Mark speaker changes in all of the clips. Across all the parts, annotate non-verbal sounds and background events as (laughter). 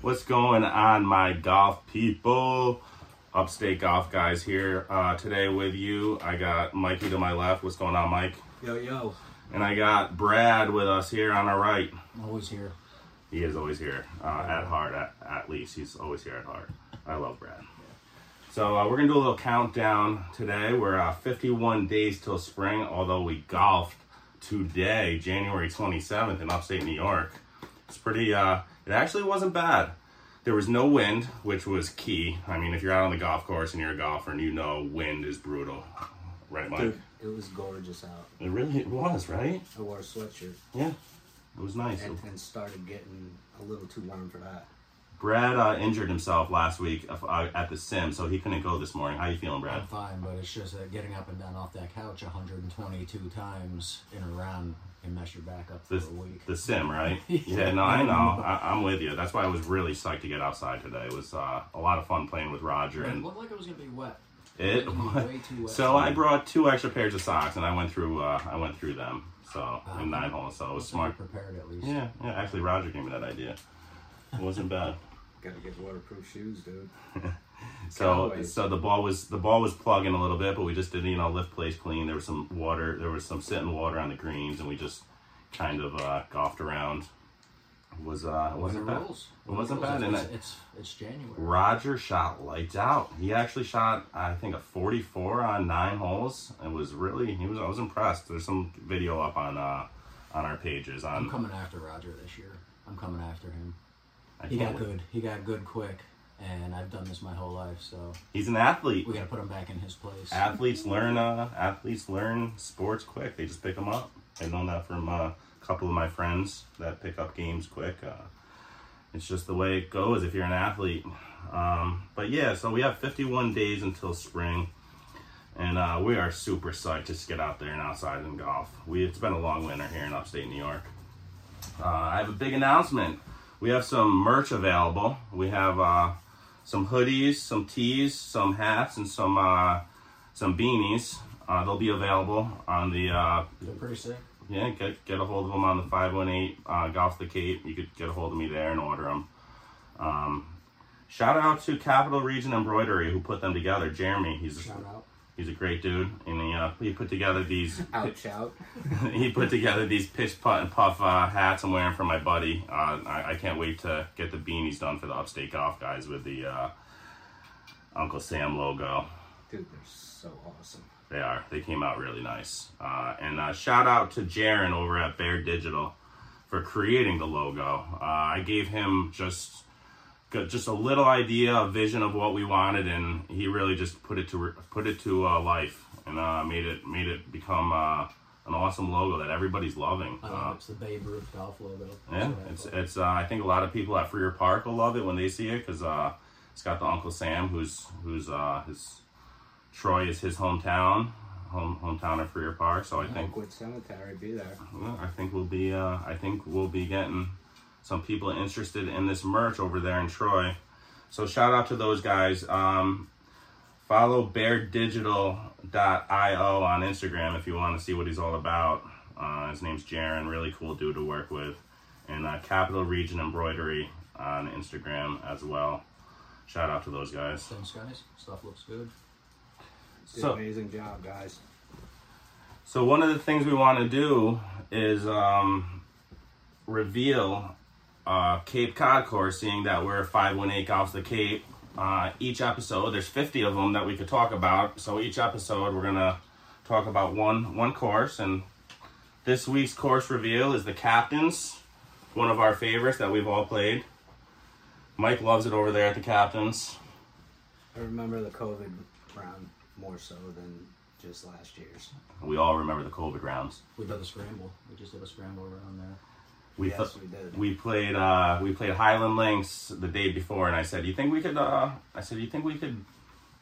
Speaker 1: What's going on, my golf people? Upstate Golf Guys here uh, today with you. I got Mikey to my left. What's going on, Mike?
Speaker 2: Yo, yo.
Speaker 1: And I got Brad with us here on our right.
Speaker 2: I'm always here.
Speaker 1: He is always here uh, at heart, at, at least. He's always here at heart. I love Brad. So uh, we're going to do a little countdown today. We're uh, 51 days till spring, although we golfed today, January 27th in upstate New York. It's pretty, uh, it actually wasn't bad. There was no wind, which was key. I mean, if you're out on the golf course and you're a golfer and you know wind is brutal. Right, Mike?
Speaker 2: It was gorgeous out.
Speaker 1: It really it was, right?
Speaker 2: I wore a sweatshirt
Speaker 1: Yeah. It was nice.
Speaker 2: and, and started getting a little too warm for that.
Speaker 1: Brad uh, injured himself last week uh, at the sim, so he couldn't go this morning. How you feeling, Brad?
Speaker 3: I'm fine, but it's just that getting up and down off that couch 122 times in a round and mess your back up for
Speaker 1: The,
Speaker 3: a week.
Speaker 1: the sim,
Speaker 3: (laughs)
Speaker 1: right? yeah, no, I know. I, I'm with you. That's why I was really psyched to get outside today. It was uh, a lot of fun playing with Roger.
Speaker 3: It
Speaker 1: And
Speaker 3: looked like it was gonna
Speaker 1: (laughs)
Speaker 3: be wet.
Speaker 1: it (laughs)
Speaker 3: was way too wet.
Speaker 1: so I brought two extra pairs of socks, and I went through. Uh, I went through them. So
Speaker 3: Uh-huh.
Speaker 1: in nine holes. So it was
Speaker 3: So you
Speaker 1: smart.
Speaker 3: prepared at least.
Speaker 1: Yeah, yeah. Actually, Roger gave me that idea. It wasn't bad.
Speaker 2: Gotta get waterproof shoes, dude.
Speaker 1: So
Speaker 2: Cowboys.
Speaker 1: so the ball was the ball was plugging a little bit, but we just did you know lift plays clean. There was some water, there was some sitting water on the greens, and we just kind of uh, golfed around. It was uh it wasn't
Speaker 3: the
Speaker 1: bad.
Speaker 3: rules.
Speaker 1: It wasn't
Speaker 3: The rules.
Speaker 1: bad, and
Speaker 3: It's,
Speaker 1: that-
Speaker 3: it's it's January.
Speaker 1: Roger shot lights out. He actually shot I think a 44 on nine holes. It was really he was I was impressed. There's some video up on uh on our pages
Speaker 3: I'm
Speaker 1: on.
Speaker 3: coming after Roger this year. I'm coming after him.
Speaker 1: I
Speaker 3: He
Speaker 1: can't
Speaker 3: got
Speaker 1: wait.
Speaker 3: good. He got good quick, and I've done this my whole life, so
Speaker 1: He's an athlete.
Speaker 3: we gotta put him back in his place.
Speaker 1: athletes learn uh, athletes learn sports quick they just pick them up i've known that from uh, a couple of my friends that pick up games quick uh, it's just the way it goes if you're an athlete um, but yeah so we have 51 days until spring and uh, we are super psyched just to get out there and outside and golf we it's been a long winter here in upstate new york uh, i have a big announcement we have some merch available we have uh, some hoodies some tees some hats and some uh, some beanies. Uh, they'll be available on the uh,
Speaker 3: They're pretty sick.
Speaker 1: yeah. Get get a hold of them on the five one eight uh, golf the Cape. You could get a hold of me there and order them. Um, shout out to Capital Region Embroidery who put them together. Jeremy, he's
Speaker 2: Shout out.
Speaker 1: he's a great dude, and he uh, he put together these (laughs)
Speaker 2: Ouch, out.
Speaker 1: he put together these pitch putt and puff uh, hats I'm wearing for my buddy. Uh, I, I can't wait to get the beanies done for the Upstate Golf guys with the uh, Uncle Sam logo.
Speaker 2: Dude, they're so awesome.
Speaker 1: They are. They came out really nice. Uh, and uh, shout out to Jaron over at Bear Digital for creating the logo. Uh, I gave him just got just a little idea, a vision of what we wanted, and he really just put it to put it to uh, life and uh, made it made it become uh, an awesome logo that everybody's loving.
Speaker 3: I
Speaker 1: Uh,
Speaker 3: love it. It's the Babe Ruth golf logo. Oh, That's
Speaker 1: yeah,
Speaker 3: what I
Speaker 1: it's
Speaker 3: thought.
Speaker 1: it's. Uh, I think a lot of people at Freer Park will love it when they see it because uh, it's got the Uncle Sam, who's who's uh, his Troy is his hometown, home hometown of Freer Park. So I think
Speaker 2: Oakwood Cemetery, be there.
Speaker 1: well, I think we'll be uh, I think we'll be getting some people interested in this merch over there in Troy. So shout out to those guys. Um, follow beardigital.io on Instagram if you want to see what he's all about. Uh, his name's Jaron, really cool dude to work with. And uh, Capital Region Embroidery on Instagram as well. Shout out to those guys.
Speaker 3: Thanks, guys. Stuff looks good.
Speaker 2: Did
Speaker 1: So-
Speaker 2: amazing job, guys.
Speaker 1: So one of the things we want to do is um, reveal uh, Cape Cod course, seeing that we're 518 off the Cape. Uh, each episode, there's 50 of them that we could talk about. So each episode, we're gonna talk about one one course, and this week's course reveal is the Captains, one of our favorites that we've all played. Mike loves it over there at the Captains.
Speaker 2: I remember the COVID round more so than just last year's.
Speaker 1: We all remember the COVID rounds.
Speaker 3: We did a scramble. We just did a scramble around there.
Speaker 1: We
Speaker 2: yes,
Speaker 1: thought-
Speaker 2: we did.
Speaker 1: we played uh we played Highland Links the day before and I said, "You think we could uh I said, "You think we could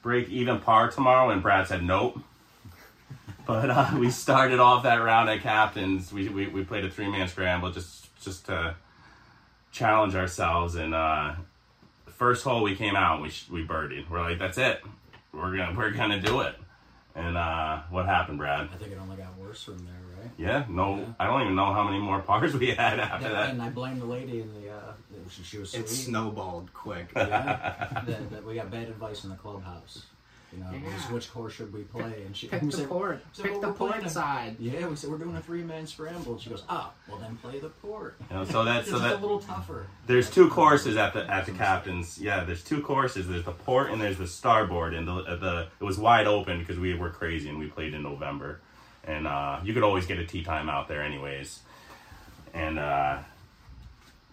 Speaker 1: break even par tomorrow?" and Brad said, "Nope." (laughs) but uh, we started off that round at captains. We we, we played a three-man scramble just just to challenge ourselves and uh the first hole we came out, we sh- we birdied. We're like, "That's it. We're going to we're going to do it." And uh what happened, Brad?
Speaker 3: I think it only got worse from there, right?
Speaker 1: Yeah, no,
Speaker 3: Yeah.
Speaker 1: I don't even know how many more (laughs) pars we had after
Speaker 3: Yeah,
Speaker 1: that.
Speaker 3: and I blame the lady in the. Uh, that she, she was sweet.
Speaker 4: It snowballed quick.
Speaker 3: yeah, that, that we got bad advice in the clubhouse. You know,
Speaker 4: Yeah.
Speaker 3: which, which course should we play? And she
Speaker 4: Pick
Speaker 3: we
Speaker 4: the
Speaker 3: said,
Speaker 4: port.
Speaker 3: so
Speaker 4: Pick
Speaker 3: what
Speaker 4: the
Speaker 3: we're playing
Speaker 4: port
Speaker 3: is-
Speaker 4: side.
Speaker 3: Yeah, we said we're doing a three-man scramble. And she goes, "Oh, well then play the port."
Speaker 1: You know, so that
Speaker 3: It's
Speaker 1: so
Speaker 3: just
Speaker 1: that
Speaker 3: a little tougher.
Speaker 1: there's two courses at the at the captain's. Yeah, there's two courses. There's the port and there's the starboard. And the uh, the it was wide open because we were crazy and we played in November, and uh, you could always get a tea time out there anyways. And uh,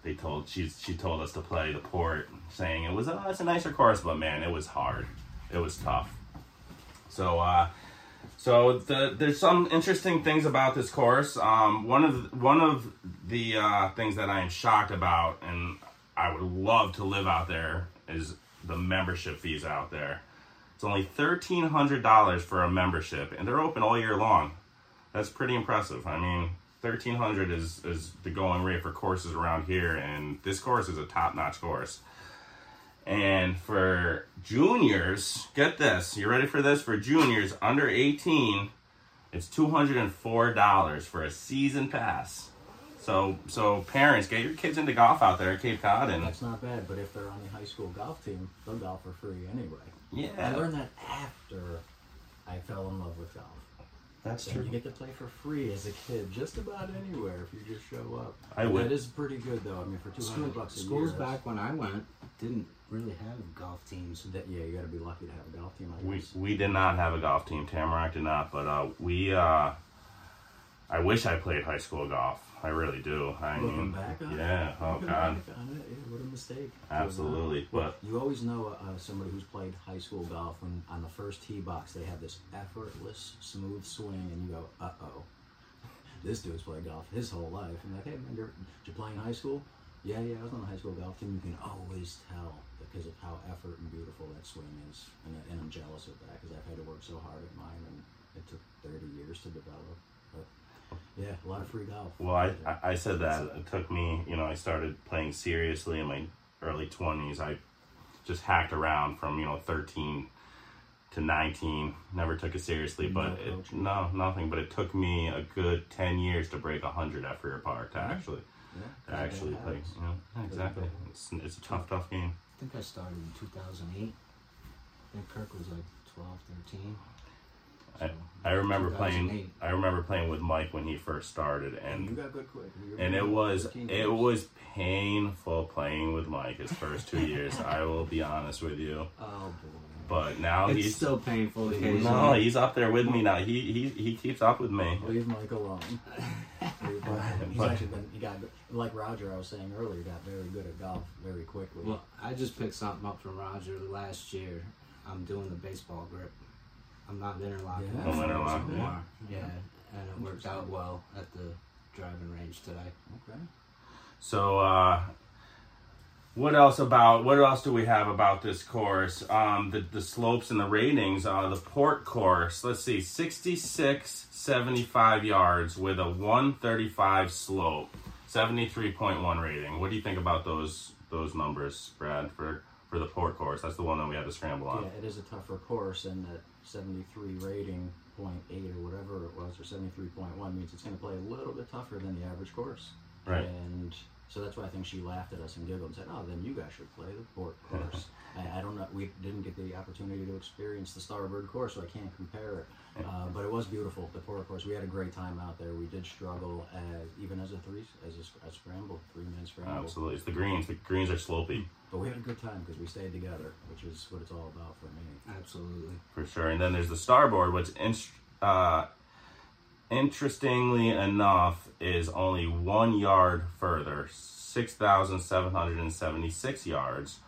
Speaker 1: they told she she told us to play the port, saying it was uh, it's a nicer course, but man, it was hard. It was tough. So uh, So the, there's some interesting things about this course. Um, one of the, one of the uh, things that I am shocked about, and I would love to live out there, is the membership fees out there. It's only thirteen hundred dollars for a membership, and they're open all year long. That's pretty impressive. I mean, thirteen hundred is is the going rate for courses around here, and this course is a top notch course. And for juniors, get this. You ready for this? For juniors under 18, it's $204 for a season pass. So so parents, get your kids into golf out there at Cape Cod and
Speaker 3: That's not bad, but if they're on the high school golf team, they'll golf for free anyway. I
Speaker 1: yeah.
Speaker 3: learned that after I fell in love with golf.
Speaker 1: That's
Speaker 3: So you get to play for free as a kid, just about anywhere if you just show up.
Speaker 1: I would-
Speaker 3: That is pretty good though. I mean, for two hundred bucks a
Speaker 2: Schools
Speaker 3: year, that's-
Speaker 2: back when I went didn't really have golf teams.
Speaker 3: That, yeah, you got to be lucky to have a golf team. I
Speaker 1: We
Speaker 3: guess.
Speaker 1: we did not have a golf team. Tamarack did not, but uh, we uh, I wish I played high school golf. I really do. I
Speaker 3: Looking
Speaker 1: mean,
Speaker 3: back on it,
Speaker 1: yeah. Oh
Speaker 3: looking
Speaker 1: God,
Speaker 3: back on it, yeah, what a mistake.
Speaker 1: absolutely. But
Speaker 3: You always know uh, somebody who's played high school golf when on the first tee box they have this effortless, smooth swing, and you go, "Uh oh, (laughs) this dude's played golf his whole life." And like, hey man, you're, did you play in high school? Yeah, yeah, I was on the high school golf team. You can always tell because of how effort and beautiful that swing is, and, I- and I'm jealous of that because I've had to work so hard at mine, and it took 30 years to develop. But yeah, a lot of free golf.
Speaker 1: Well, I, I- I said that it took me, you know, I started playing seriously in my early 20s. I just hacked around from, you know, 13 to 19. Never took it seriously, but
Speaker 3: No
Speaker 1: it,
Speaker 3: coach.
Speaker 1: no, nothing. But it took me a good 10 years to break 100 at Freer Park to actually, to
Speaker 3: yeah,
Speaker 1: actually
Speaker 3: Yeah,
Speaker 1: play. You know, yeah, exactly. It's, it's a tough, tough game.
Speaker 2: I think I started in 2008. I think Kirk was like 12, 13.
Speaker 1: I, I remember playing.
Speaker 2: 2008.
Speaker 1: I remember playing with Mike when he first started, and
Speaker 3: You got good quick. You're
Speaker 1: and it was
Speaker 3: 13
Speaker 1: it
Speaker 3: years.
Speaker 1: was painful playing with Mike his first two years. I will be honest with you,
Speaker 3: Oh boy.
Speaker 1: but now
Speaker 2: It's
Speaker 1: he's
Speaker 2: still painful occasionally.
Speaker 1: no, he's up there with me now. He he he keeps up with me.
Speaker 3: Leave
Speaker 1: (laughs)
Speaker 3: Mike alone. Leave Mike alone. He's
Speaker 1: But-
Speaker 3: actually been, he got, like Roger, I was saying earlier, got very good at golf very quickly.
Speaker 2: Well, I just picked something up from Roger last year. I'm doing the baseball grip. I'm not interlocking.
Speaker 3: Yeah.
Speaker 2: it
Speaker 3: No
Speaker 1: interlock, yeah.
Speaker 2: anymore. Yeah. and it worked out well at the driving range today.
Speaker 3: okay.
Speaker 1: So uh, what else about what else do we have about this course? Um, the the slopes and the ratings. Uh, the port course. Let's see, 66, 75 yards with a one thirty five slope, seventy three point one rating. What do you think about those those numbers, Brad? For for the port course, that's the one that we had to scramble on.
Speaker 3: Yeah, it is a tougher course, and that 73 rating, point eight or whatever it was, or 73.1 means it's going to play a little bit tougher than the average course.
Speaker 1: Right.
Speaker 3: And so that's why I think she laughed at us and giggled and said, "Oh, then you guys should play the
Speaker 1: (laughs)
Speaker 3: port course." I, I don't know. We didn't get the opportunity to experience the starboard course, so I can't compare it. Uh, but it was beautiful. The port course. We had a great time out there. We did struggle as even as a three as a, sc- a scramble, three man scramble.
Speaker 1: Absolutely, it's the greens. The greens are slopey
Speaker 3: But we had a good time because we stayed together, which is what it's all about for me.
Speaker 2: Absolutely. (laughs)
Speaker 1: for sure. And then there's the starboard, which in, uh, interestingly enough is only one yard further, six thousand seven hundred and seventy-six yards,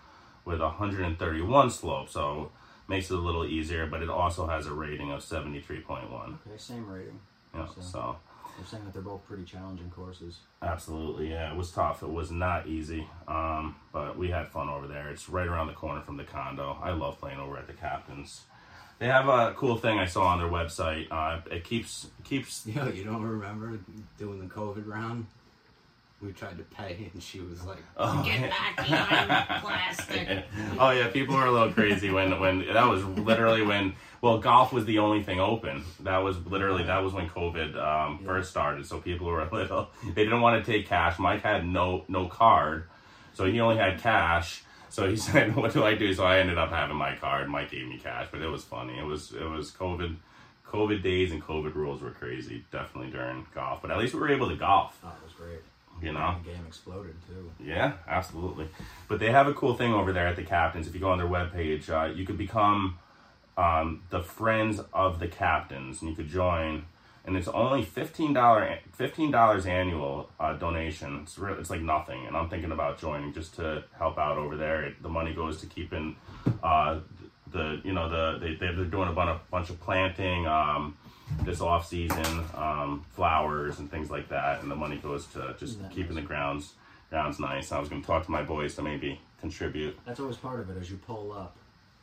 Speaker 1: with hundred and thirty-one slope. So makes it a little easier, but it also has a rating of seventy-three point one.
Speaker 3: Okay, same rating.
Speaker 1: Yeah,
Speaker 3: So-
Speaker 1: so
Speaker 3: They're saying that they're both pretty challenging courses.
Speaker 1: Absolutely, yeah. It was tough. It was not easy, um, but we had fun over there. It's right around the corner from the condo. I love playing over at the captain's. They have a cool thing I saw on their website. Uh, it keeps (laughs) keeps
Speaker 2: Yo, you don't remember doing the COVID round? we tried to pay, and she was like,
Speaker 1: Oh,
Speaker 2: "Get back behind the plastic."
Speaker 1: (laughs) oh yeah, people are a little crazy when when that was literally when well golf was the only thing open. That was literally that was when COVID um, first started. So people were a little they didn't want to take cash. Mike had no no card, so he only had cash. So he (laughs) said, "What do I do?" So I ended up having my card. Mike gave me cash, but it was funny. It was it was COVID. COVID days and COVID rules were crazy, definitely during golf. But at least we were able to golf,
Speaker 3: Oh, it was great.
Speaker 1: you know.
Speaker 3: The game exploded too.
Speaker 1: Yeah, absolutely. But they have a cool thing over there at the captains. If you go on their webpage, uh, you could become um, the friends of the captains, and you could join. And it's only fifteen dollar fifteen dollars annual uh, donation. It's real it's like nothing. And I'm thinking about joining just to help out over there. It, the money goes to keeping uh, the you know the they they're doing a bunch of bunch of planting. Um, this off season, um, flowers and things like that, and the money goes to just
Speaker 3: Isn't that
Speaker 1: keeping
Speaker 3: nice?
Speaker 1: the grounds grounds nice. I was going to talk to my boys to maybe contribute.
Speaker 3: That's always part of it. As you pull up,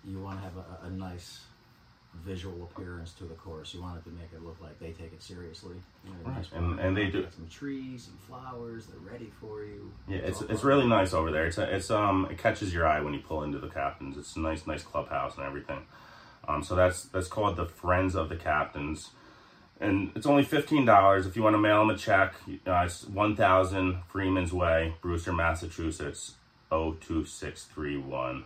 Speaker 3: you want to have a, a nice visual appearance to the course. You want it to make it look like they take it seriously. You know, nice
Speaker 1: And- and they do-
Speaker 3: Got some trees, some flowers. They're ready for you.
Speaker 1: Yeah, it's
Speaker 3: all
Speaker 1: it's
Speaker 3: part of
Speaker 1: really nice over there. It's a, it's um it catches your eye when you pull into the captains. It's a nice nice clubhouse and everything. Um, so that's that's called the Friends of the Captains, and it's only fifteen dollars if you want to mail them a check. Uh, it's one thousand Freeman's Way, Brewster, Massachusetts, 02631.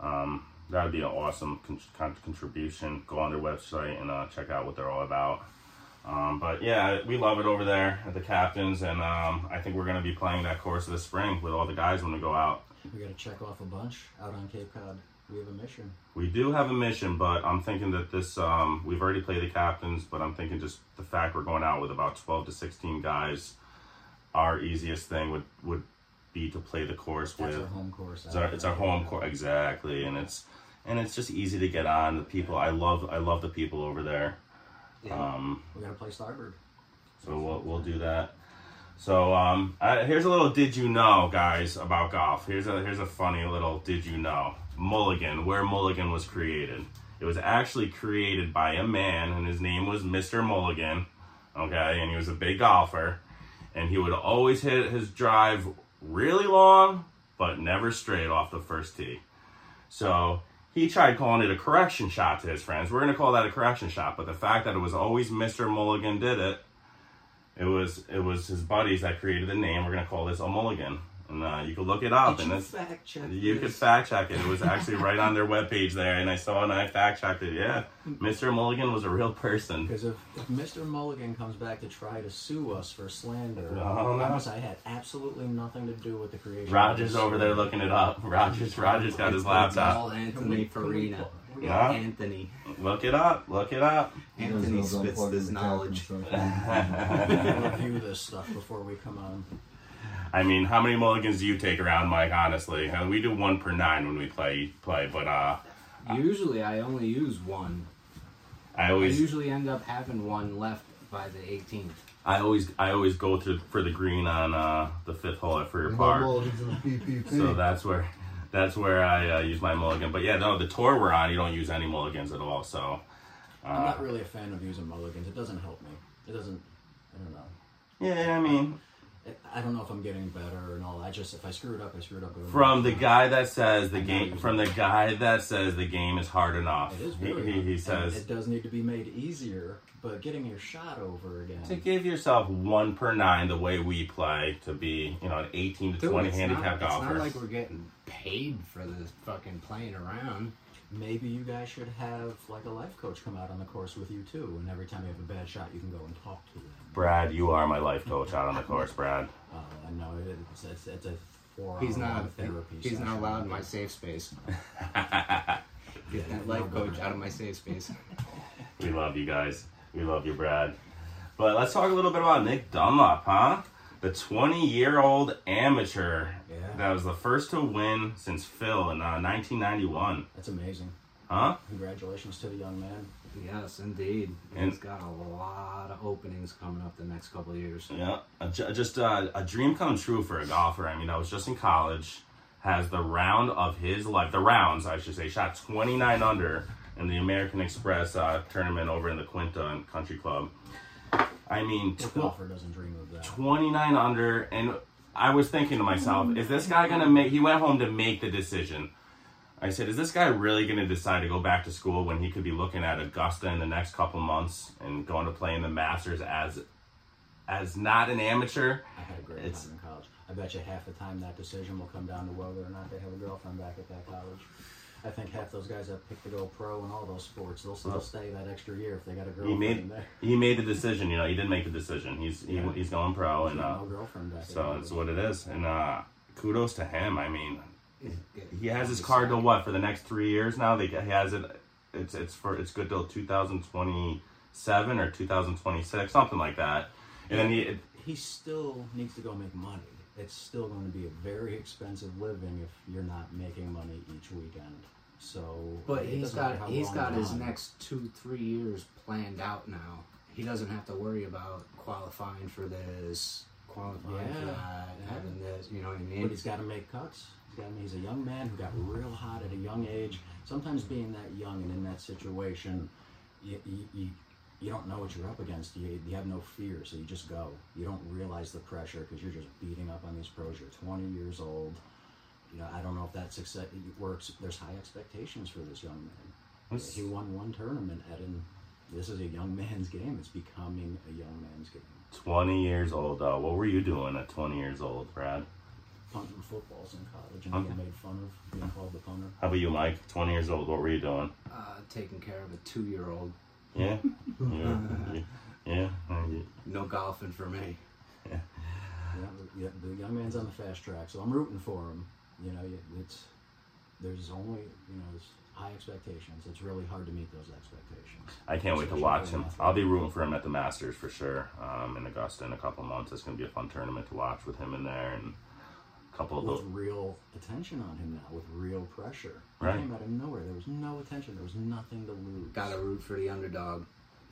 Speaker 1: Um, that would be an awesome con- con- contribution. Go on their website and uh, check out what they're all about. Um, but yeah, we love it over there at the captains, and um, I think we're gonna be playing that course this spring with all the guys when we go out.
Speaker 3: We got to check off a bunch out on Cape Cod. We have a mission.
Speaker 1: We do have a mission, but I'm thinking that this um, we've already played the captains, but I'm thinking just the fact we're going out with about 12 to 16 guys. Our easiest thing would would be to play the course
Speaker 3: That's
Speaker 1: with.
Speaker 3: our home course.
Speaker 1: It's our, it's our home court exactly, and it's and it's just easy to get on. The people I love I love the people over there.
Speaker 2: Yeah.
Speaker 1: Um,
Speaker 3: We got to play Starboard.
Speaker 1: so we'll we'll do that. So um, I, here's a little did you know, guys, about golf. Here's a here's a funny little did you know. Mulligan, where Mulligan was created. It was actually created by a man, and his name was Mr. Mulligan. Okay, and he was a big golfer, and he would always hit his drive really long, but never straight off the first tee. So he tried calling it a correction shot to his friends. We're gonna call that a correction shot, but the fact that it was always Mr. Mulligan did it it was it was his buddies that created the name. We're gonna call this a mulligan, and uh, you could look it up, and it's
Speaker 3: fact check.
Speaker 1: you could fact check it. It was actually right on their webpage there, and I saw it and I fact checked it. Yeah, Mr. Mulligan was a real person.
Speaker 3: Because if, if Mr. Mulligan comes back to try to sue us for slander,
Speaker 1: No,
Speaker 3: I promise
Speaker 1: no.
Speaker 3: I had absolutely nothing to do with the creation.
Speaker 1: Rogers over there looking it up. Rogers Rogers got his laptop.
Speaker 2: Paul Anthony Farina.
Speaker 1: Yeah.
Speaker 2: Anthony.
Speaker 1: Look it up. Look it up.
Speaker 2: Anthony spits this knowledge. (laughs)
Speaker 3: review this stuff before we come on.
Speaker 1: I mean, how many mulligans do you take around, Mike? Honestly, Uh, we do one per nine when we play play, but uh,
Speaker 2: Usually, I only use one.
Speaker 1: I
Speaker 2: I
Speaker 1: always
Speaker 2: usually end up having one left by the 18th.
Speaker 1: I always I always go through for the green on uh, the fifth hole at Freer Park. So that's where that's where I uh, use my mulligan. But yeah, no, the tour we're on, you don't use any mulligans at all. So
Speaker 3: I'm not really a fan of using mulligans. It doesn't help me. It doesn't. I don't know.
Speaker 1: yeah, I mean,
Speaker 3: It, I don't know if I'm getting better and all. I just if I screw it up, I screw it up.
Speaker 1: from the guy that says the game, from the guy that says the game is hard enough.
Speaker 3: It is
Speaker 1: He,
Speaker 3: really
Speaker 1: he,
Speaker 3: hard.
Speaker 1: he
Speaker 3: And
Speaker 1: says
Speaker 3: it does need to be made easier, but getting your shot over again.
Speaker 1: to give yourself one per nine the way we play to be, you know, an eighteen to
Speaker 2: Dude,
Speaker 1: twenty
Speaker 2: it's
Speaker 1: handicap
Speaker 2: not, It's
Speaker 1: golfer.
Speaker 2: not like we're getting paid for this fucking playing around.
Speaker 3: Maybe you guys should have like a life coach come out on the course with you too, and every time you have a bad shot, you can go and talk to them.
Speaker 1: Brad, you are my life coach out on the course, Brad.
Speaker 3: Uh, I know it's, it's, it's a four.
Speaker 2: He's
Speaker 3: hour
Speaker 2: not.
Speaker 3: therapy.
Speaker 2: he's
Speaker 3: session.
Speaker 2: not allowed in my safe space. Get that life coach out of my safe space.
Speaker 1: We love you guys. We love you, Brad. But let's talk a little bit about Nick Dunlop, huh? The 20 year old amateur
Speaker 3: Yeah.
Speaker 1: that was the first to win since Phil in uh, 1991,
Speaker 3: That's amazing.
Speaker 1: huh?
Speaker 3: Congratulations to the young man.
Speaker 2: Yes, indeed.
Speaker 1: And-
Speaker 2: He's got a lot of openings coming up the next couple of years.
Speaker 1: Yeah, a, ju- just uh, a dream come true for a golfer. I mean, I was just in college, has the round of his life, the rounds, I should say, shot 29 under in the American Express uh, tournament over in the Quinta Country Club. I mean,
Speaker 3: What golfer doesn't dream of that?
Speaker 1: 29 under and I was thinking to myself, is this guy gonna make? He went home to make the decision. I said, is this guy really gonna decide to go back to school when he could be looking at Augusta in the next couple months and going to play in the Masters as, as not an amateur?
Speaker 3: I had a great
Speaker 1: It's-
Speaker 3: time in college. I bet you half the time that decision will come down to whether or not they have a girlfriend back at that college. I think half those guys that pick to go pro in all those sports, they'll still stay that extra year if they got a
Speaker 1: He
Speaker 3: girlfriend
Speaker 1: made (laughs)
Speaker 3: there.
Speaker 1: he made the decision. You know, he didn't make the decision. He's he,
Speaker 3: Yeah.
Speaker 1: he's going pro, and uh,
Speaker 3: no girlfriend back at
Speaker 1: so
Speaker 3: college.
Speaker 1: it's what it is. And uh, kudos to him. I mean,
Speaker 2: It-
Speaker 1: he has his card to what for the next three years now. They, he has it. It's it's for it's good till 2027 or 2026, something like that. And then he it,
Speaker 3: He still needs to go make money. It's still going to be a very expensive living if you're not making money each weekend. So,
Speaker 2: But
Speaker 3: it
Speaker 2: he's
Speaker 3: doesn't matter
Speaker 2: got
Speaker 3: how
Speaker 2: he's
Speaker 3: long
Speaker 2: got
Speaker 3: you're
Speaker 2: his
Speaker 3: on.
Speaker 2: next two three years planned out now. He doesn't have to worry about qualifying for this, qualifying for
Speaker 3: Yeah.
Speaker 2: that, and having this. You know what I
Speaker 3: But
Speaker 2: mean?
Speaker 3: he's got to make cuts. He's, got to, he's a young man who got real hot at a young age. Sometimes being that young and in that situation, you, you, you, you don't know what you're up against. You, you have no fear, so you just go. You don't realize the pressure because you're just beating up on these pros. You're 20 years old. You know, I don't know if that success it works. There's high expectations for this young man.
Speaker 1: This-
Speaker 3: He won one tournament at an. This is a young (laughs) man's game. It's becoming a young man's game.
Speaker 1: 20 years old. Uh, what were you doing at 20 years old, Brad?
Speaker 3: Punting footballs in college and being made fun of, being called the punter.
Speaker 1: How about you, Mike? 20 years old. What were you doing?
Speaker 2: Uh, taking care of a two year old.
Speaker 1: Yeah, yeah, yeah. yeah.
Speaker 2: No golfing for me.
Speaker 3: Yeah, the- yeah, the young man's on the fast track, so I'm rooting for him. You know, you- it's there's only you know there's high expectations. It's really hard to meet those expectations.
Speaker 1: I can't wait to
Speaker 3: Especially
Speaker 1: watch
Speaker 3: for an
Speaker 1: him.
Speaker 3: athlete.
Speaker 1: I'll be rooting for him at the Masters for sure. Um, in Augusta in a couple months, it's gonna be a fun tournament to watch with him in there and a couple of
Speaker 3: With
Speaker 1: those.
Speaker 3: real attention on him now, with real pressure.
Speaker 1: Right.
Speaker 3: He came out of nowhere. There was no attention. There was nothing to lose.
Speaker 2: Got to root for the underdog.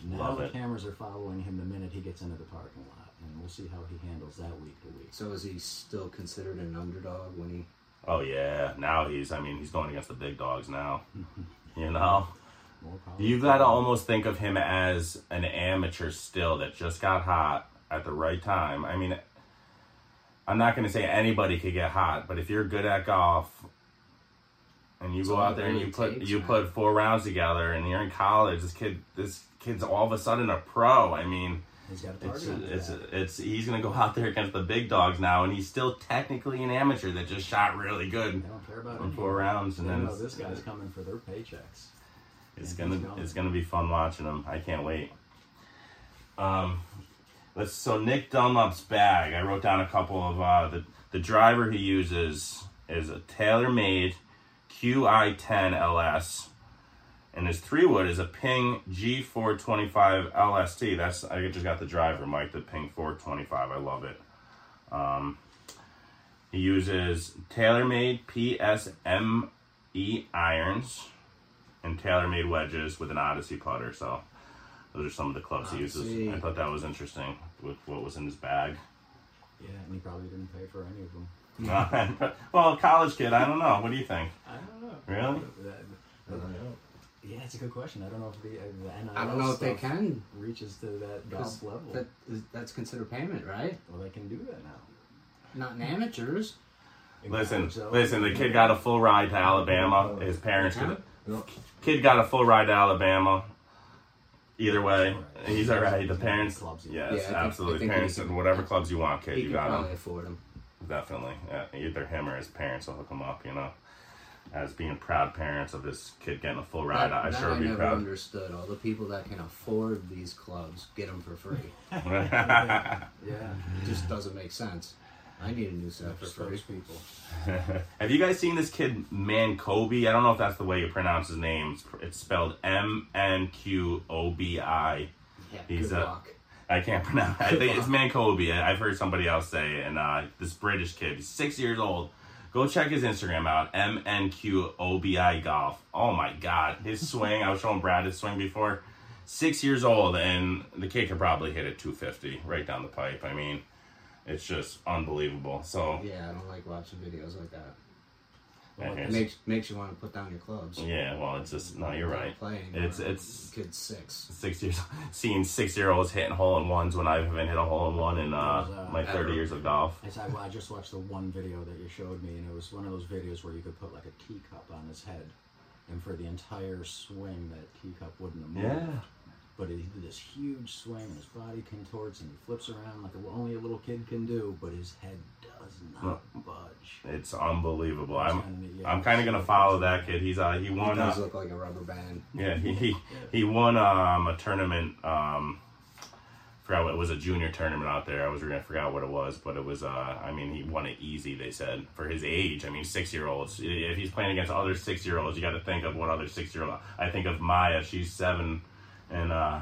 Speaker 3: Now
Speaker 1: Love
Speaker 3: the
Speaker 1: it.
Speaker 3: cameras are following him the minute he gets into the parking lot, and we'll see how he handles that week to week.
Speaker 2: So is he still considered an underdog when he?
Speaker 1: Oh yeah, now he's. I mean, he's going against the big dogs now. you know,
Speaker 3: More problems.
Speaker 1: you gotta almost think of him as an amateur still that just got hot at the right time. I mean, I'm not gonna say anybody could get hot, but if you're good at golf. And you
Speaker 2: It's
Speaker 1: go
Speaker 2: all
Speaker 1: out
Speaker 2: it
Speaker 1: there and
Speaker 2: really
Speaker 1: you put
Speaker 2: takes,
Speaker 1: you
Speaker 2: man.
Speaker 1: put four rounds together, and you're in college. This kid, this kid's all of a sudden a pro. I mean,
Speaker 3: He's got a target.
Speaker 1: It's,
Speaker 3: on
Speaker 1: it's,
Speaker 3: his back.
Speaker 1: it's, he's going to go (laughs) out there against the big dogs now, and he's still technically an amateur that just shot really good
Speaker 3: they don't care about
Speaker 1: in
Speaker 3: him.
Speaker 1: four rounds, and
Speaker 3: They
Speaker 1: then
Speaker 3: know
Speaker 1: it's,
Speaker 3: this guy's coming for their paychecks.
Speaker 1: it's
Speaker 3: and
Speaker 1: gonna
Speaker 3: he's going.
Speaker 1: it's gonna be fun watching him. I can't wait. Um, let's so Nick Dunlop's bag. I wrote down a couple of uh, the the driver he uses is a TaylorMade QI10 LS, and his three wood is a Ping G425 LST. That's I just got the driver, Mike, the Ping 425. I love it. Um, he uses TaylorMade PSME E irons and tailor-made wedges with an Odyssey putter. So those are some of the clubs he uses.
Speaker 2: Odyssey.
Speaker 1: I thought that was interesting with what was in his bag. (laughs)
Speaker 3: Yeah, and he probably didn't pay for any of them.
Speaker 1: well, college kid, I don't know. What do you think?
Speaker 3: I don't know.
Speaker 1: Really?
Speaker 3: Ah. yeah, it's a good question. I don't know if the, uh, the NIL
Speaker 2: I don't know if they
Speaker 3: stuff
Speaker 2: can.
Speaker 3: reaches to that
Speaker 2: Because
Speaker 3: golf level.
Speaker 2: that is, that's considered payment, right?
Speaker 3: well, they can do that now.
Speaker 2: Not in amateurs.
Speaker 3: In
Speaker 1: Listen,
Speaker 3: college, though,
Speaker 1: listen. The kid got a full ride to
Speaker 2: Oh,
Speaker 1: Alabama. His parents.
Speaker 2: Huh?
Speaker 1: Could, kid got a full ride to Alabama. Either way,
Speaker 3: Alright.
Speaker 1: he's all right. The
Speaker 3: He's got
Speaker 1: parents,
Speaker 3: clubs.
Speaker 1: yes,
Speaker 2: Yeah, I think- I
Speaker 1: absolutely.
Speaker 2: think
Speaker 1: Parents,
Speaker 2: he can-
Speaker 1: whatever clubs you want, kid,
Speaker 2: He
Speaker 1: you
Speaker 2: could
Speaker 1: got them.
Speaker 2: probably afford him.
Speaker 1: Definitely. Yeah, either him or his parents will hook him up, you know. As being proud parents of this kid getting a full ride,
Speaker 2: That-
Speaker 1: I
Speaker 2: that
Speaker 1: sure would be
Speaker 2: never
Speaker 1: proud.
Speaker 2: understood all the people that can afford these clubs get them for free.
Speaker 3: Yeah,
Speaker 2: it just doesn't make sense. I need a new set for
Speaker 3: for
Speaker 2: free.
Speaker 3: those people.
Speaker 1: (laughs) Have you guys seen this kid, Mancobi? I don't know if that's the way you pronounce his name. It's, pr- it's spelled M N Q O B I.
Speaker 2: Yeah,
Speaker 1: He's
Speaker 2: good
Speaker 1: a-
Speaker 2: luck.
Speaker 1: I can't (laughs) pronounce. I think it's Mancobi. I- I've heard somebody else say, it, and uh, this British kid, he's six years old. Go check his Instagram out. M N Q O B I golf. Oh my god, his swing. I was showing Brad his swing before. Six years old, and the kid could probably hit it 250 right down the pipe. I mean, it's just unbelievable. So
Speaker 2: Yeah, I don't like watching videos like that.
Speaker 3: Well,
Speaker 1: Okay.
Speaker 2: It makes makes you want to put down your clubs.
Speaker 1: Yeah, well, it's just no. You're right.
Speaker 2: Playing.
Speaker 1: It's- it's-
Speaker 2: kids six.
Speaker 1: Six years, (laughs) seeing six year olds hitting hole in ones when I haven't hit a hole in one in uh, my thirty years of golf.
Speaker 3: It's, I, well, I just watched the one video that you showed me, and it was one of those videos where you could put like a teacup on his head, and for the entire swing, that teacup wouldn't have moved.
Speaker 1: Yeah,
Speaker 3: But he did this huge swing, and his body contorts, and he flips around like a, only a little kid can do. But his head does not budge.
Speaker 1: it's unbelievable. I'm
Speaker 3: And, yeah,
Speaker 1: I'm kind of gonna follow that kid. He's uh he
Speaker 2: It
Speaker 1: won.
Speaker 2: does
Speaker 1: Uh,
Speaker 2: look like a rubber band.
Speaker 1: yeah, he he, he won um a tournament. Um, forgot what it was a junior tournament out there. I was I forgot what it was, but it was uh I mean he won it easy. They said for his age. I mean six year olds. If he's playing against other six year olds, you got to think of what other six year old. I think of Maya. She's seven, and uh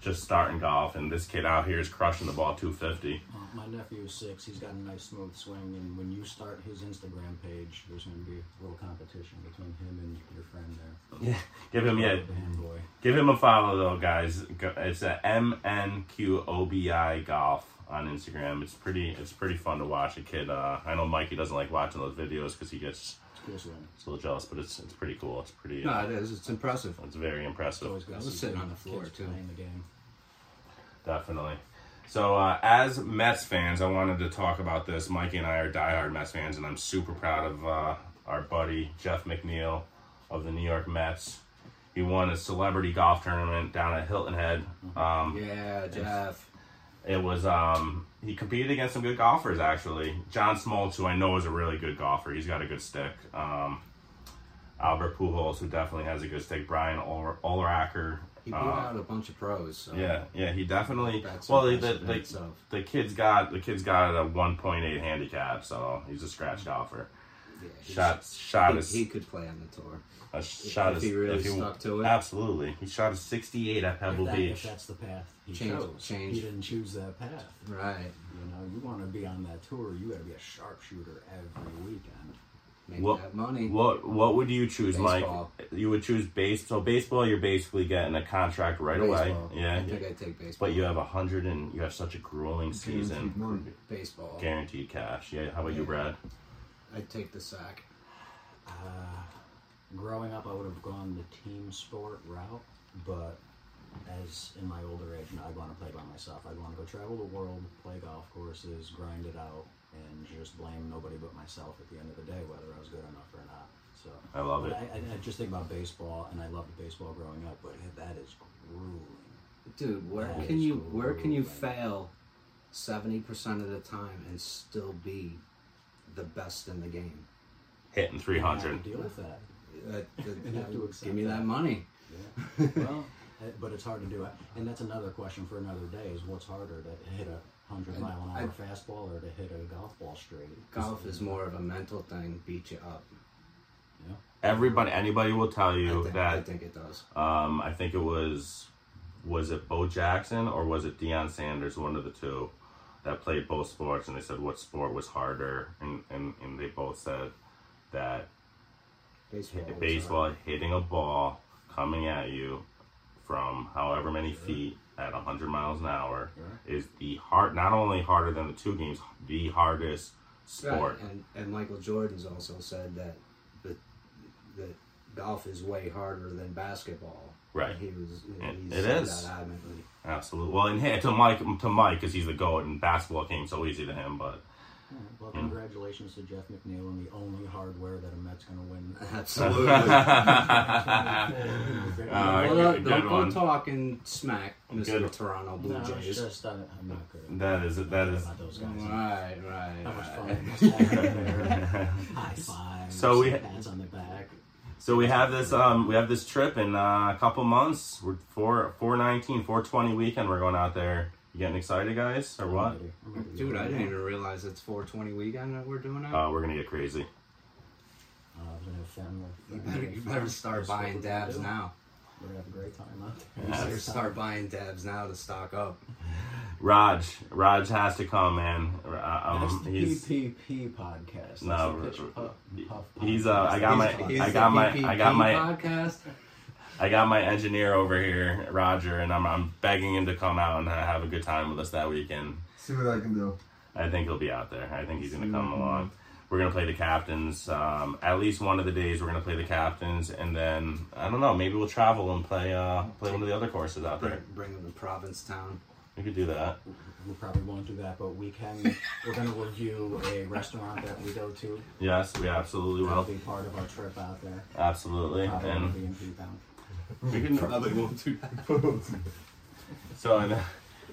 Speaker 1: just starting golf, and this kid out here is crushing the ball two fifty.
Speaker 3: Uh, My nephew is six. He's got a nice smooth swing, and when you start his Instagram page, there's going to be a little competition between him and your friend there.
Speaker 1: Yeah, give him yeah.
Speaker 3: Damn boy.
Speaker 1: Give him a follow though, guys. Go- It's a M N Q O B I golf on Instagram. It's pretty. It's pretty fun to watch. A kid. Uh, I know Mikey doesn't like watching those videos because he gets
Speaker 3: It's a cool swing.
Speaker 1: a little jealous, but it's it's pretty cool. It's pretty.
Speaker 2: No, it is. It's impressive.
Speaker 1: It's very
Speaker 3: It's always
Speaker 1: impressive.
Speaker 3: good
Speaker 2: I
Speaker 3: to
Speaker 2: was
Speaker 3: see
Speaker 2: sitting on the
Speaker 3: kids
Speaker 2: floor, too.
Speaker 3: Playing the game.
Speaker 1: Definitely. So, uh, as Mets fans, I wanted to talk about this. Mikey and I are diehard Mets fans, and I'm super proud of uh, our buddy Jeff McNeil of the New York Mets. He won a celebrity golf tournament down at Hilton Head. Um,
Speaker 2: Yeah, Jeff.
Speaker 1: It was um he competed against some good golfers actually. John Smoltz, who I know is a really good golfer, he's got a good stick. Um, Albert Pujols, who definitely has a good stick. Brian Ul- Ulracker.
Speaker 2: He
Speaker 1: uh,
Speaker 2: blew out a bunch of pros. So
Speaker 1: yeah, yeah, he definitely.
Speaker 2: That's
Speaker 1: well, the,
Speaker 2: impressive in
Speaker 1: the,
Speaker 2: itself.
Speaker 1: the kid's got the kid's got a 1.8 handicap, so he's a scratch golfer.
Speaker 2: Yeah, he's-
Speaker 1: Shot shot
Speaker 2: he,
Speaker 1: is
Speaker 2: he could play on the tour.
Speaker 1: a shot
Speaker 2: if
Speaker 1: is
Speaker 2: he really stuck to it.
Speaker 1: Absolutely, he shot a 68 at Pebble
Speaker 3: if, that, if
Speaker 1: Beach.
Speaker 3: that's the path he
Speaker 2: Change-
Speaker 3: chose,
Speaker 2: change.
Speaker 3: he didn't choose that path.
Speaker 2: Right.
Speaker 3: You know, you want to be on that tour, you got to be a sharpshooter every weekend.
Speaker 2: Make
Speaker 1: Well-
Speaker 2: that money.
Speaker 1: What What would you choose,
Speaker 2: Baseball.
Speaker 1: Mike? You would choose base. So baseball, you're basically getting a contract right
Speaker 2: baseball.
Speaker 1: away. Yeah.
Speaker 2: I think I'd take baseball.
Speaker 1: But you have a hundred and you have such a grueling season,
Speaker 2: Mm, baseball.
Speaker 1: guaranteed cash. Yeah. How about you, Brad?
Speaker 2: I'd take the sack.
Speaker 3: Uh, Growing up, I would have gone the team sport route, but as in my older age, I want to play by myself. I want to go travel the world, play golf courses, grind it out, and just blame nobody but myself at the end of the day whether I was good enough or not. So
Speaker 1: I love
Speaker 3: but
Speaker 1: it.
Speaker 3: I, I, I just think about baseball, and I loved baseball growing up, but that is grueling.
Speaker 2: Dude, where
Speaker 3: That
Speaker 2: can
Speaker 3: is
Speaker 2: you where can you
Speaker 3: great.
Speaker 2: fail seventy percent of the time and still be the best in the game?
Speaker 1: Hitting three
Speaker 3: You have to
Speaker 1: hundred.
Speaker 3: Deal with that.
Speaker 2: That, that-
Speaker 3: You have to accept
Speaker 2: uh, give me that,
Speaker 3: that.
Speaker 2: money.
Speaker 3: Yeah. well, uh, but it's hard to do it, and that's another question for another day: is what's harder to hit a hundred mile an hour fastball or to hit a golf ball straight?
Speaker 2: Golf is more of a mental thing. Beat you up.
Speaker 3: Yeah.
Speaker 1: Everybody, anybody will tell
Speaker 2: I
Speaker 1: you
Speaker 2: think, I
Speaker 1: that.
Speaker 2: think it does.
Speaker 1: um, I think it was was it Bo Jackson or was it Deion Sanders, one of the two, that played both sports, and they said what sport was harder, and and, and they both said that
Speaker 2: Baseball.
Speaker 1: hit-
Speaker 2: is
Speaker 1: baseball uh, hitting a ball coming at you from however many feet at 100 miles an hour is the hard not only harder than the two games the hardest
Speaker 2: Right,
Speaker 1: sport
Speaker 2: And, and Michael Jordan's also said that the, that golf is way harder than basketball.
Speaker 1: Right.
Speaker 2: He was.
Speaker 1: It-
Speaker 2: he
Speaker 1: it
Speaker 2: said
Speaker 1: is.
Speaker 2: That adamantly. (laughs)
Speaker 1: absolutely well and hey, to mike to mike because he's the goat and basketball came so easy to him but (laughs)
Speaker 3: Well, congratulations to Jeff McNeil on the only hardware that a Met's going to win.
Speaker 2: Absolutely.
Speaker 1: (laughs) Uh,
Speaker 2: Well,
Speaker 1: good-
Speaker 2: don't
Speaker 1: good
Speaker 2: go
Speaker 1: one.
Speaker 2: talking smack, Mr.
Speaker 1: Good.
Speaker 2: Toronto Blue
Speaker 3: no, it's
Speaker 2: Jays.
Speaker 3: just I, I'm not good. at-
Speaker 1: that is that is
Speaker 3: about those guys.
Speaker 2: Right,
Speaker 3: How much
Speaker 2: right. (laughs)
Speaker 3: fun it must have been there. High fives.
Speaker 1: So we-
Speaker 3: pats on the back.
Speaker 1: So we have this um we have this trip in uh, a couple months. We're four four nineteen, four twenty weekend. We're going out there. You getting excited, guys, or what?
Speaker 3: I'm ready. I'm ready to
Speaker 2: Dude,
Speaker 3: go.
Speaker 2: I didn't even realize it's 420 weekend that we're doing now.
Speaker 1: Uh, we're gonna get crazy.
Speaker 3: Uh, we're gonna have fun with-
Speaker 2: you, better, (laughs) (laughs) you better start
Speaker 3: That's what
Speaker 2: buying
Speaker 3: we're gonna
Speaker 2: dabs
Speaker 3: do.
Speaker 2: now.
Speaker 3: We're gonna have a great time out there.
Speaker 2: You better start buying dabs now to stock up.
Speaker 1: Raj, Raj has to come, man. Uh,
Speaker 3: That's
Speaker 1: Um,
Speaker 3: the
Speaker 1: he's
Speaker 3: PPP podcast. That's
Speaker 1: No,
Speaker 3: the Pitch
Speaker 1: r-
Speaker 3: Puff-
Speaker 1: r-
Speaker 3: Puff
Speaker 1: he's,
Speaker 3: podcast.
Speaker 1: uh, I got my-
Speaker 2: He's
Speaker 1: I
Speaker 2: the
Speaker 1: got my- I
Speaker 2: PPP
Speaker 1: got my-
Speaker 2: podcast.
Speaker 1: I got my engineer over here, Roger, and I'm I'm begging him to come out and uh, have a good time with us that weekend.
Speaker 4: See what I can do.
Speaker 1: I think he'll be out there. I think he's gonna come along. we're gonna play the captains. Um, at least one of the days we're gonna play the captains, and then I don't know. Maybe we'll travel and play uh, play one of the other courses out
Speaker 2: Bring,
Speaker 1: there.
Speaker 2: bring them to Provincetown.
Speaker 1: We could do that.
Speaker 3: We probably won't do that, but we can. We're going to review a restaurant that we go to.
Speaker 1: Yes, we absolutely
Speaker 3: That'll
Speaker 1: will.
Speaker 3: be part of our trip out there.
Speaker 1: Absolutely,
Speaker 3: Probably
Speaker 1: and
Speaker 3: be in Freetown.
Speaker 1: we can
Speaker 4: Probably won't do
Speaker 1: So and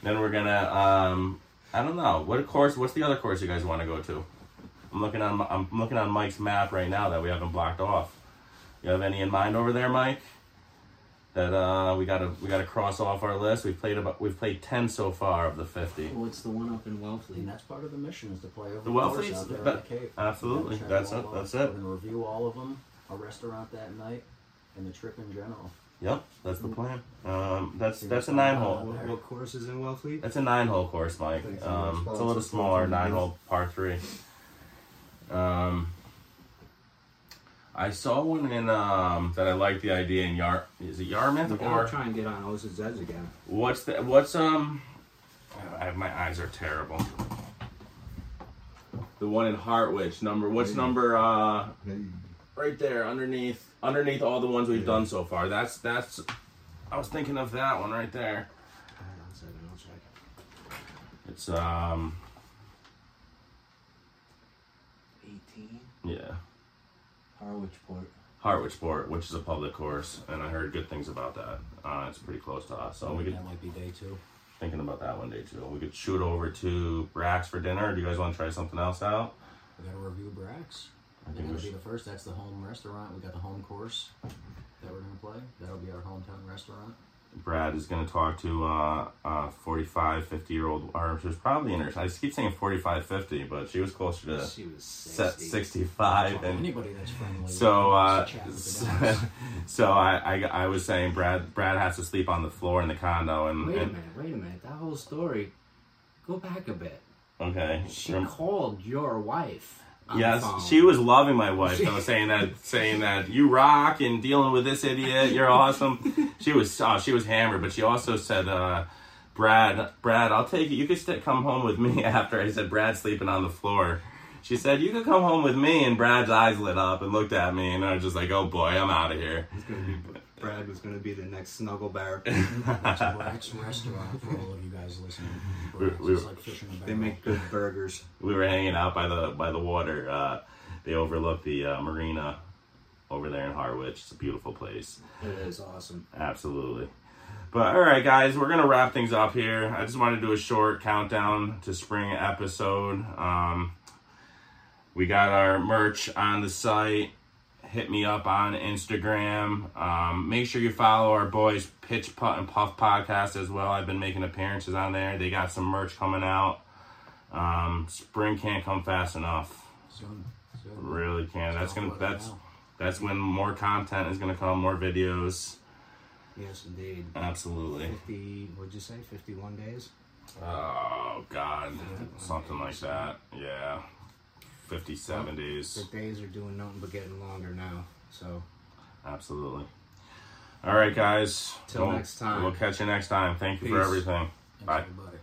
Speaker 1: then we're gonna. Um, I don't know what course. What's the other course you guys want to go to? I'm looking on. I'm looking on Mike's map right now that we haven't blocked off. You have any in mind over there, Mike? That uh, we gotta we gotta cross off our list. We've played about we've played ten so far of the fifty.
Speaker 2: Well, it's the one up in Wellfleet.
Speaker 3: And that's part of the mission is to play over
Speaker 1: The Wellfleets?
Speaker 3: course out there
Speaker 1: But-
Speaker 3: at the cave.
Speaker 1: absolutely.
Speaker 3: Check
Speaker 1: That's
Speaker 3: all
Speaker 1: it.
Speaker 3: of
Speaker 1: That's
Speaker 3: them.
Speaker 1: it.
Speaker 3: We're gonna review all of them, a restaurant that night, and the trip in general.
Speaker 1: Yep, that's the plan. Um, that's
Speaker 3: See
Speaker 1: that's a
Speaker 3: what's going
Speaker 1: nine
Speaker 3: on
Speaker 1: hole.
Speaker 3: out
Speaker 2: What,
Speaker 3: there.
Speaker 2: what course is in Wellfleet?
Speaker 1: That's a nine hole course, Mike.
Speaker 4: Thanks,
Speaker 1: Um,
Speaker 4: Mike.
Speaker 1: it's a little smaller, nine hole par three. Um, I saw one in um, that I liked the idea in Yar. Is it
Speaker 2: We
Speaker 1: Yarmouth
Speaker 2: gotta
Speaker 1: or
Speaker 2: try and get on Osa's Edge again.
Speaker 1: what's the what's um? I have, my eyes are terrible. The one in Hartwich, number what's number uh
Speaker 4: Hey,
Speaker 1: right there underneath underneath all the ones we've
Speaker 4: Yeah.
Speaker 1: done so far. That's that's. I was thinking of that one right there.
Speaker 2: Hold on a second, I'll check.
Speaker 1: It's um
Speaker 5: 18,
Speaker 1: yeah.
Speaker 5: Harwich Port.
Speaker 1: Hartwich Sport, which is a public course, and I heard good things about that. Uh, it's pretty close to us, so we could
Speaker 3: that might be day two.
Speaker 1: thinking about that one day too. We could shoot over to Brax for dinner. Do you guys want to try something else out?
Speaker 3: We gotta review Brax.
Speaker 1: I
Speaker 3: We're
Speaker 1: think
Speaker 3: gonna
Speaker 1: we
Speaker 3: be
Speaker 1: should.
Speaker 3: the first. That's the home restaurant. We got the home course that we're gonna play. That'll be our hometown restaurant.
Speaker 1: Brad is going to talk to uh, uh, 45, 50 year old, or she was probably in her. I keep saying 45, 50, but she was closer to
Speaker 2: She was
Speaker 1: se-
Speaker 2: 60.
Speaker 1: 65.
Speaker 3: Talk to
Speaker 1: And
Speaker 3: anybody that's friendly.
Speaker 1: So, uh,
Speaker 3: Chat with
Speaker 1: (laughs) so,
Speaker 3: the dogs.
Speaker 1: I, I, I was saying Brad, Brad has to sleep on the floor in the condo, and,
Speaker 2: Wait a
Speaker 1: Mm, and-
Speaker 2: minute, wait a minute. That whole story, go back a bit.
Speaker 1: okay,
Speaker 2: She
Speaker 1: Rem-
Speaker 2: called your wife. on the
Speaker 1: Yes,
Speaker 2: phone.
Speaker 1: she was loving my wife. though, saying that, saying that you rock and dealing with this idiot, you're
Speaker 2: (laughs)
Speaker 1: awesome. She was, oh, she was hammered, but she also said, uh, "Brad, Brad, I'll take you. You could st- come home with me." (laughs) After I said, "Brad's sleeping on the floor," she said, "You could come home with me." And Brad's eyes lit up and looked at me, and I was just like, "Oh boy, I'm out of here."
Speaker 2: It's gonna be- Brad was going to be the next snuggle
Speaker 1: (laughs)
Speaker 2: bear.
Speaker 3: It's a Brax restaurant for all of you guys listening.
Speaker 1: We-
Speaker 3: Brax
Speaker 1: we-
Speaker 3: is like fish in a barrel.
Speaker 2: They make good burgers.
Speaker 1: we were hanging out by the by the water. Uh, they overlook the uh, marina over there in Harwich. It's a beautiful place.
Speaker 2: It is awesome.
Speaker 1: Absolutely. But all right, guys, we're gonna wrap things up here. I just wanted to do a short countdown to spring episode. Um, we got our merch on the site. Hit me up on Instagram. Um, make sure you follow our boys Pitch Putt and Puff podcast as well. I've been making appearances on there. They got some merch coming out. Um, spring can't come fast enough.
Speaker 3: Soon. Soon.
Speaker 1: Really can't. That's
Speaker 3: Talk
Speaker 1: gonna.
Speaker 3: about it
Speaker 1: That's
Speaker 3: now.
Speaker 1: that's when more content is gonna come. More videos.
Speaker 2: Yes, indeed.
Speaker 1: Absolutely.
Speaker 2: 50, what'd you say, 51 days?
Speaker 1: Oh God, something like that. Yeah, fifty
Speaker 2: The
Speaker 1: seventies.
Speaker 2: days are doing nothing but getting longer now. So,
Speaker 1: Absolutely. All right, guys.
Speaker 2: Till
Speaker 1: We'll-
Speaker 2: next time.
Speaker 1: We'll catch you next time. Thank you for
Speaker 2: Peace.
Speaker 1: everything.
Speaker 3: Thanks,
Speaker 1: Bye.
Speaker 3: everybody.